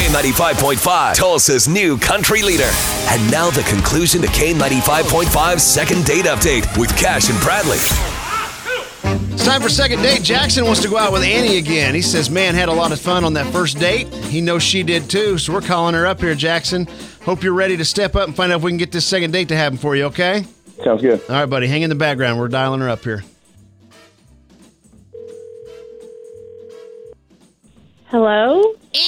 K95.5, Tulsa's new country leader. And now the conclusion to K95.5's second date update with Cash and Bradley. It's time for second date. Jackson wants to go out with Annie again. He says, Man, had a lot of fun on that first date. He knows she did too, so we're calling her up here, Jackson. Hope you're ready to step up and find out if we can get this second date to happen for you, okay? Sounds good. All right, buddy, hang in the background. We're dialing her up here. Hello.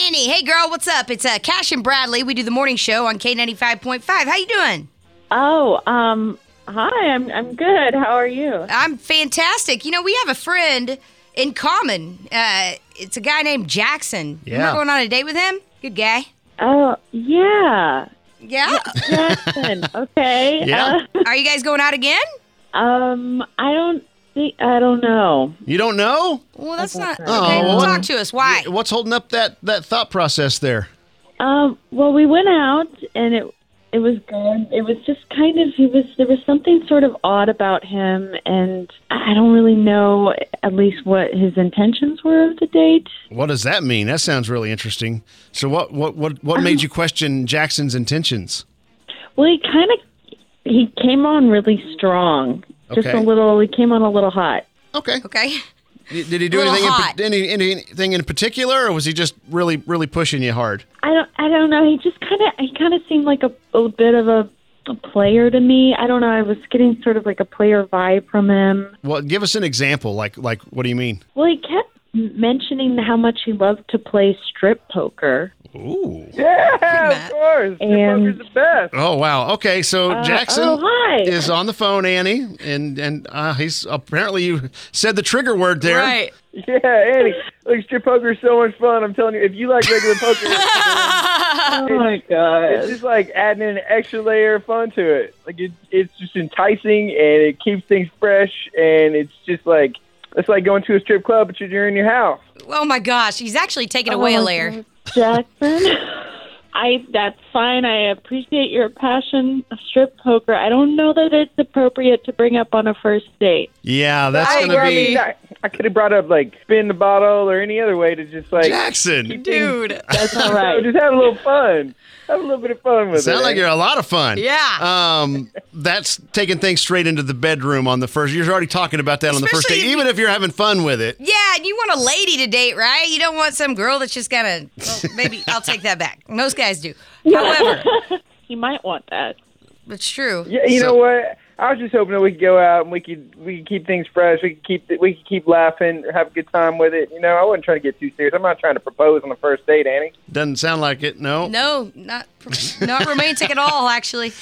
Annie, hey girl, what's up? It's uh, Cash and Bradley. We do the morning show on K ninety five point five. How you doing? Oh, um, hi. I'm I'm good. How are you? I'm fantastic. You know, we have a friend in common. Uh, it's a guy named Jackson. Yeah. Remember going on a date with him? Good guy. Oh, yeah. Yeah. Jackson. okay. Yeah. Are you guys going out again? Uh, um, I don't think I don't know. You don't know? Well, that's not okay. Oh, well, what- talk to us. Why? What's holding up that, that thought process there? Um, well, we went out and it it was good. It was just kind of he was there was something sort of odd about him, and I I don't really know at least what his intentions were of the date. What does that mean? That sounds really interesting. So, what, what, what, what made you question Jackson's intentions? Well, he kind of he came on really strong. Just Okay. a little. He came on a little hot. Okay. Okay. Did did he do A little anything in, pa- hot. any, anything in particular, or was he just really, really pushing you hard? I don't. I don't know. He just kind of. He kind of seemed like a, a bit of a, a player to me. I don't know. I was getting sort of like a player vibe from him. Well, give us an example. Like, like, what do you mean? Well, he kept mentioning how much he loved to play strip poker. Ooh. Yeah, of course. And- Your poker's the best. Oh wow. Okay, so Uh, Jackson oh, hi. is on the phone, Annie, and and uh, he's apparently you said the trigger word there. Right. Yeah, Annie. Look, strip poker's so much fun. I'm telling you, if you like regular poker, Oh my it's god. just like adding an extra layer of fun to it. Like it, it's just enticing and it keeps things fresh and it's just like it's like going to a strip club, but you're in your house. Oh my gosh, he's actually taking Oh, away a layer. Jackson. I that's fine. I appreciate your passion of strip poker. I don't know that it's appropriate to bring up on a first date. Yeah, that's I, gonna I be mean, I, I could have brought up like spin the bottle or any other way to just like Jackson. Dude. That's all so right. just have a little fun, have a little bit of fun with it. Sound like you're a lot of fun. Yeah. Um, that's taking things straight into the bedroom on the first. You're already talking about that on the first Especially date, if even if you're having fun with it. Yeah, and you want a lady to date, right? You don't want some girl that's just gonna. Well, maybe I'll take that back. Most guys do. However, He might want that. it's true. Yeah, you So- know what? I was just hoping that we could go out and we could we could keep things fresh. We could keep we could keep laughing, have a good time with it. You know, I wasn't trying to get too serious. I'm not trying to propose on the first date, Annie. Doesn't sound like it. No. No, not not romantic at all. Actually,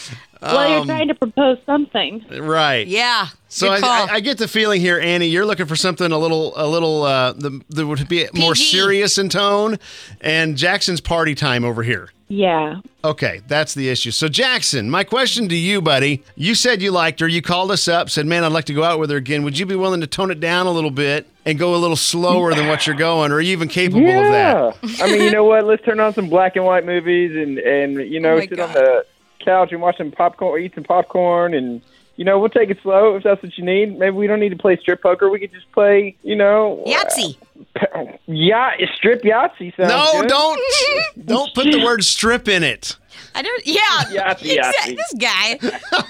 Well, you're trying to propose something. Right. yeah. So good I, call. I, I get the feeling here, Annie, you're looking for something a little, a little, uh, the, that would be more PG. serious in tone, and Jackson's party time over here. Yeah. Okay, that's the issue. So Jackson, my question to you, buddy, you said you liked her. You called us up, said, "Man, I'd like to go out with her again. Would you be willing to tone it down a little bit and go a little slower than what you're going? Or are you even capable of that?" I mean, you know what? Let's turn on some black and white movies and and you know Oh my sit on God. the couch and watch some popcorn, or eat some popcorn, and you know we'll take it slow if that's what you need. Maybe we don't need to play strip poker. We could just play, you know, Yahtzee. yeah, strip Yahtzee. Sounds No, good. don't, don't put the word "strip" in it. I don't. Yeah. Yahtzee, Exact- Yahtzee. This guy.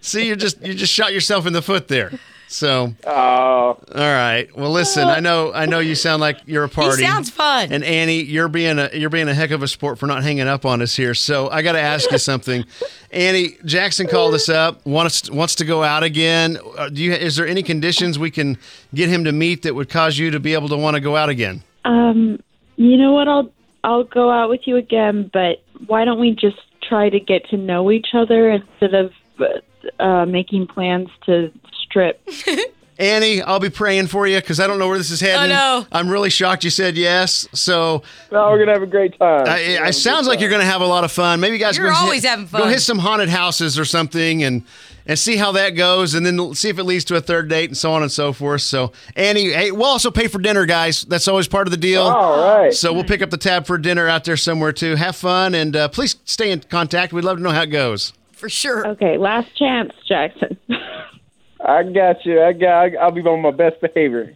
See, you're just, you just shot yourself in the foot there. So, Oh, all right. Well, listen, I know, I know you sound like you're a party. He sounds fun. And Annie, you're being a you're being a heck of a sport for not hanging up on us here. So I got to ask you something. Annie Jackson called us up wants wants to go out again. Uh, do you is there any conditions we can get him to meet that would cause you to be able to want to go out again? Um, you know what? I'll I'll go out with you again, but why don't we just try to get to know each other instead of uh, making plans to strip? Annie, I'll be praying for you because I don't know where this is heading. no. I'm really shocked you said yes. So no, we're gonna have a great time. I, it, it sounds like you're going to have a lot of fun. Maybe you guys You're go hit- always having Go fun. hit some haunted houses or something, and and see how that goes, and then see if it leads to a third date, and so on and so forth. So, Annie, hey, we'll also pay for dinner, guys. That's always part of the deal. All right. So we'll pick up the tab for dinner out there somewhere too. Have fun, and uh, please stay in contact. We'd love to know how it goes. for sure. Okay, last chance, Jackson. I got you. I got. I'll be on my best behavior.